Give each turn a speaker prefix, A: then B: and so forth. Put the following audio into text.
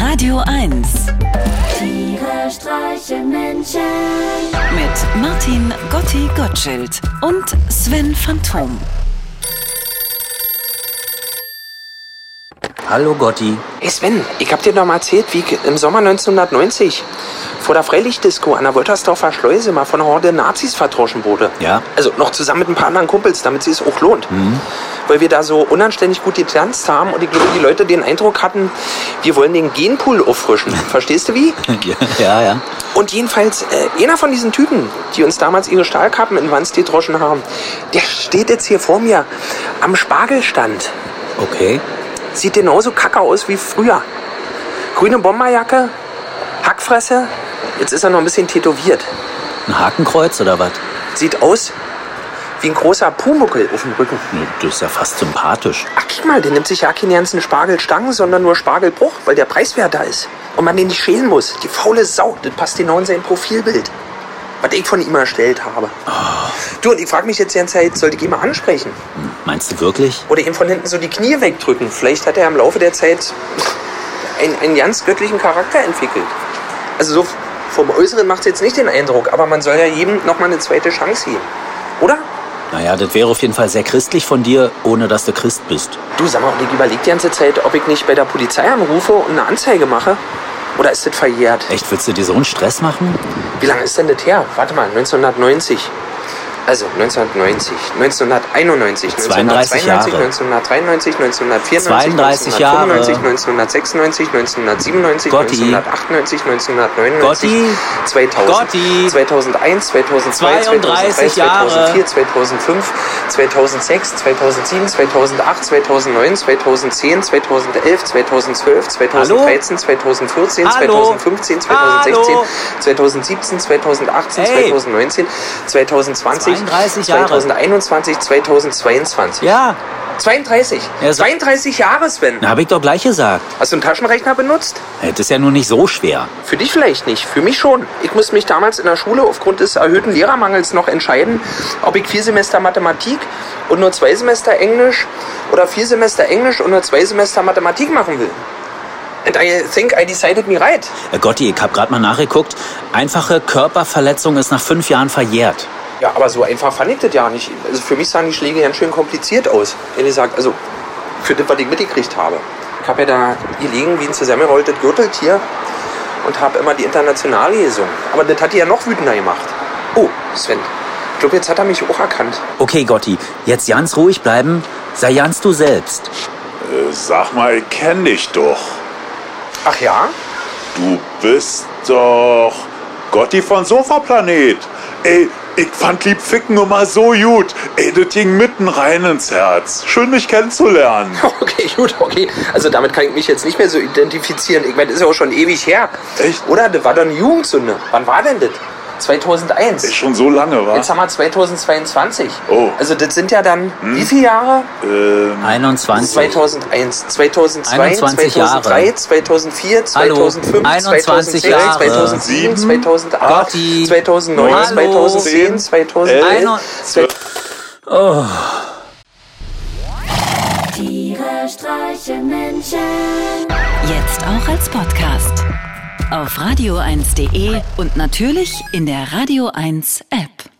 A: Radio 1
B: Tiere streichen Menschen.
A: mit Martin Gotti Gottschild und Sven Phantom.
C: Hallo Gotti.
D: Hey Sven, ich hab dir doch mal erzählt, wie ich im Sommer 1990 vor der Freilichtdisco an der Woltersdorfer Schleuse mal von einer Horde Nazis vertroschen wurde.
C: Ja.
D: Also noch zusammen mit ein paar anderen Kumpels, damit sie es auch lohnt. Weil wir da so unanständig gut getanzt haben und ich glaube, die Leute den Eindruck hatten, wir wollen den Genpool auffrischen. Verstehst du wie?
C: Ja, ja.
D: Und jedenfalls, äh, einer von diesen Typen, die uns damals ihre Stahlkappen in Wanst gedroschen haben, der steht jetzt hier vor mir am Spargelstand.
C: Okay.
D: Sieht genauso kacke aus wie früher. Grüne Bomberjacke, Hackfresse. Jetzt ist er noch ein bisschen tätowiert.
C: Ein Hakenkreuz oder was?
D: Sieht aus wie ein großer Pumuckel auf dem Rücken.
C: Nö, Das ist ja fast sympathisch.
D: Ach, guck mal, der nimmt sich ja keinen ganzen Spargelstangen, sondern nur Spargelbruch, weil der Preiswert da ist. Und man den nicht schälen muss. Die faule Sau, das passt genau in sein Profilbild. Was ich von ihm erstellt habe. Du, und ich frage mich jetzt die ganze Zeit, sollte ich ihn mal ansprechen?
C: Meinst du wirklich?
D: Oder ihm von hinten so die Knie wegdrücken? Vielleicht hat er im Laufe der Zeit einen, einen ganz göttlichen Charakter entwickelt. Also so vom Äußeren macht es jetzt nicht den Eindruck, aber man soll ja jedem nochmal eine zweite Chance geben. Oder?
C: Naja, das wäre auf jeden Fall sehr christlich von dir, ohne dass du Christ bist.
D: Du, sag mal, und ich überleg die ganze Zeit, ob ich nicht bei der Polizei anrufe und eine Anzeige mache. Oder ist das verjährt?
C: Echt, willst du dir so einen Stress machen?
D: Wie lange ist denn das her? Warte mal, 1990. Also 1990, 1991,
C: 32
D: 1992,
C: Jahre.
D: 1993, 1994,
C: 32 Jahre.
D: 1995, 1996, 1997,
C: Gotti.
D: 1998, 1999,
C: Gotti.
D: 2000,
C: Gotti.
D: 2001, 2002, 2003,
C: 32 Jahre.
D: 2004, 2005, 2006, 2007, 2008, 2009, 2010, 2011, 2012, 2013, 2014,
C: Hallo?
D: 2015, 2016,
C: Hallo?
D: 2017, 2018,
C: Hey.
D: 2019, 2020,
C: 32 Jahre.
D: 2021, 2022.
C: Ja.
D: 32.
C: Ja, so-
D: 32 Jahre, Sven.
C: Na, hab ich doch gleich gesagt.
D: Hast du einen Taschenrechner benutzt?
C: Äh, Das ist ja nur nicht so schwer.
D: Für dich vielleicht nicht, für mich schon. Ich musste mich damals in der Schule aufgrund des erhöhten Lehrermangels noch entscheiden, ob ich vier Semester Mathematik und nur zwei Semester Englisch oder vier Semester Englisch und nur zwei Semester Mathematik machen will. And I think I decided me right.
C: Äh, Gotti, ich hab grad mal nachgeguckt. Einfache Körperverletzung ist nach fünf Jahren verjährt.
D: Ja, aber so einfach fand ich das ja nicht. Also für mich sahen die Schläge ganz schön kompliziert aus. Ehrlich gesagt, also für das, was ich mitgekriegt habe. Ich habe ja da gelegen wie ein zusammengerolltes Gürteltier und habe immer die Internationale gesungen. Aber das hat die ja noch wütender gemacht. Oh, Sven. Ich glaube, jetzt hat er mich auch erkannt.
C: Okay, Gotti, jetzt ganz ruhig bleiben. Sei ganz du selbst.
E: Äh, Sag mal, ich kenn dich doch.
D: Ach ja?
E: Du bist doch Gotti von Sofaplanet. Ey, ich fand Liebficken immer so gut. Ey, das ging mitten rein ins Herz. Schön, dich kennenzulernen.
D: Okay, gut, okay. Also damit kann ich mich jetzt nicht mehr so identifizieren. Ich meine, das ist ja auch schon ewig her.
E: Echt?
D: Oder? Das war doch eine Jugendsünde. Wann war denn das? 2001.
E: Ist schon so lange, wa?
D: Jetzt haben wir 2022.
E: Oh.
D: Also das sind ja dann wie viele Jahre?
E: Ähm,
C: 21.
D: 2001, 2002,
C: 21
D: 2003,
C: Jahre.
D: 2004,
C: Hallo.
D: 2005,
C: 21
D: 2006,
C: Jahre.
D: 2007, 2008,
C: Gotti.
D: 2009,
C: Hallo.
D: 2010, 2011,
C: Einund-
D: 2012.
B: Tiere streichen Menschen.
A: Jetzt auch als Podcast. Auf radio1.de und natürlich in der Radio 1 App.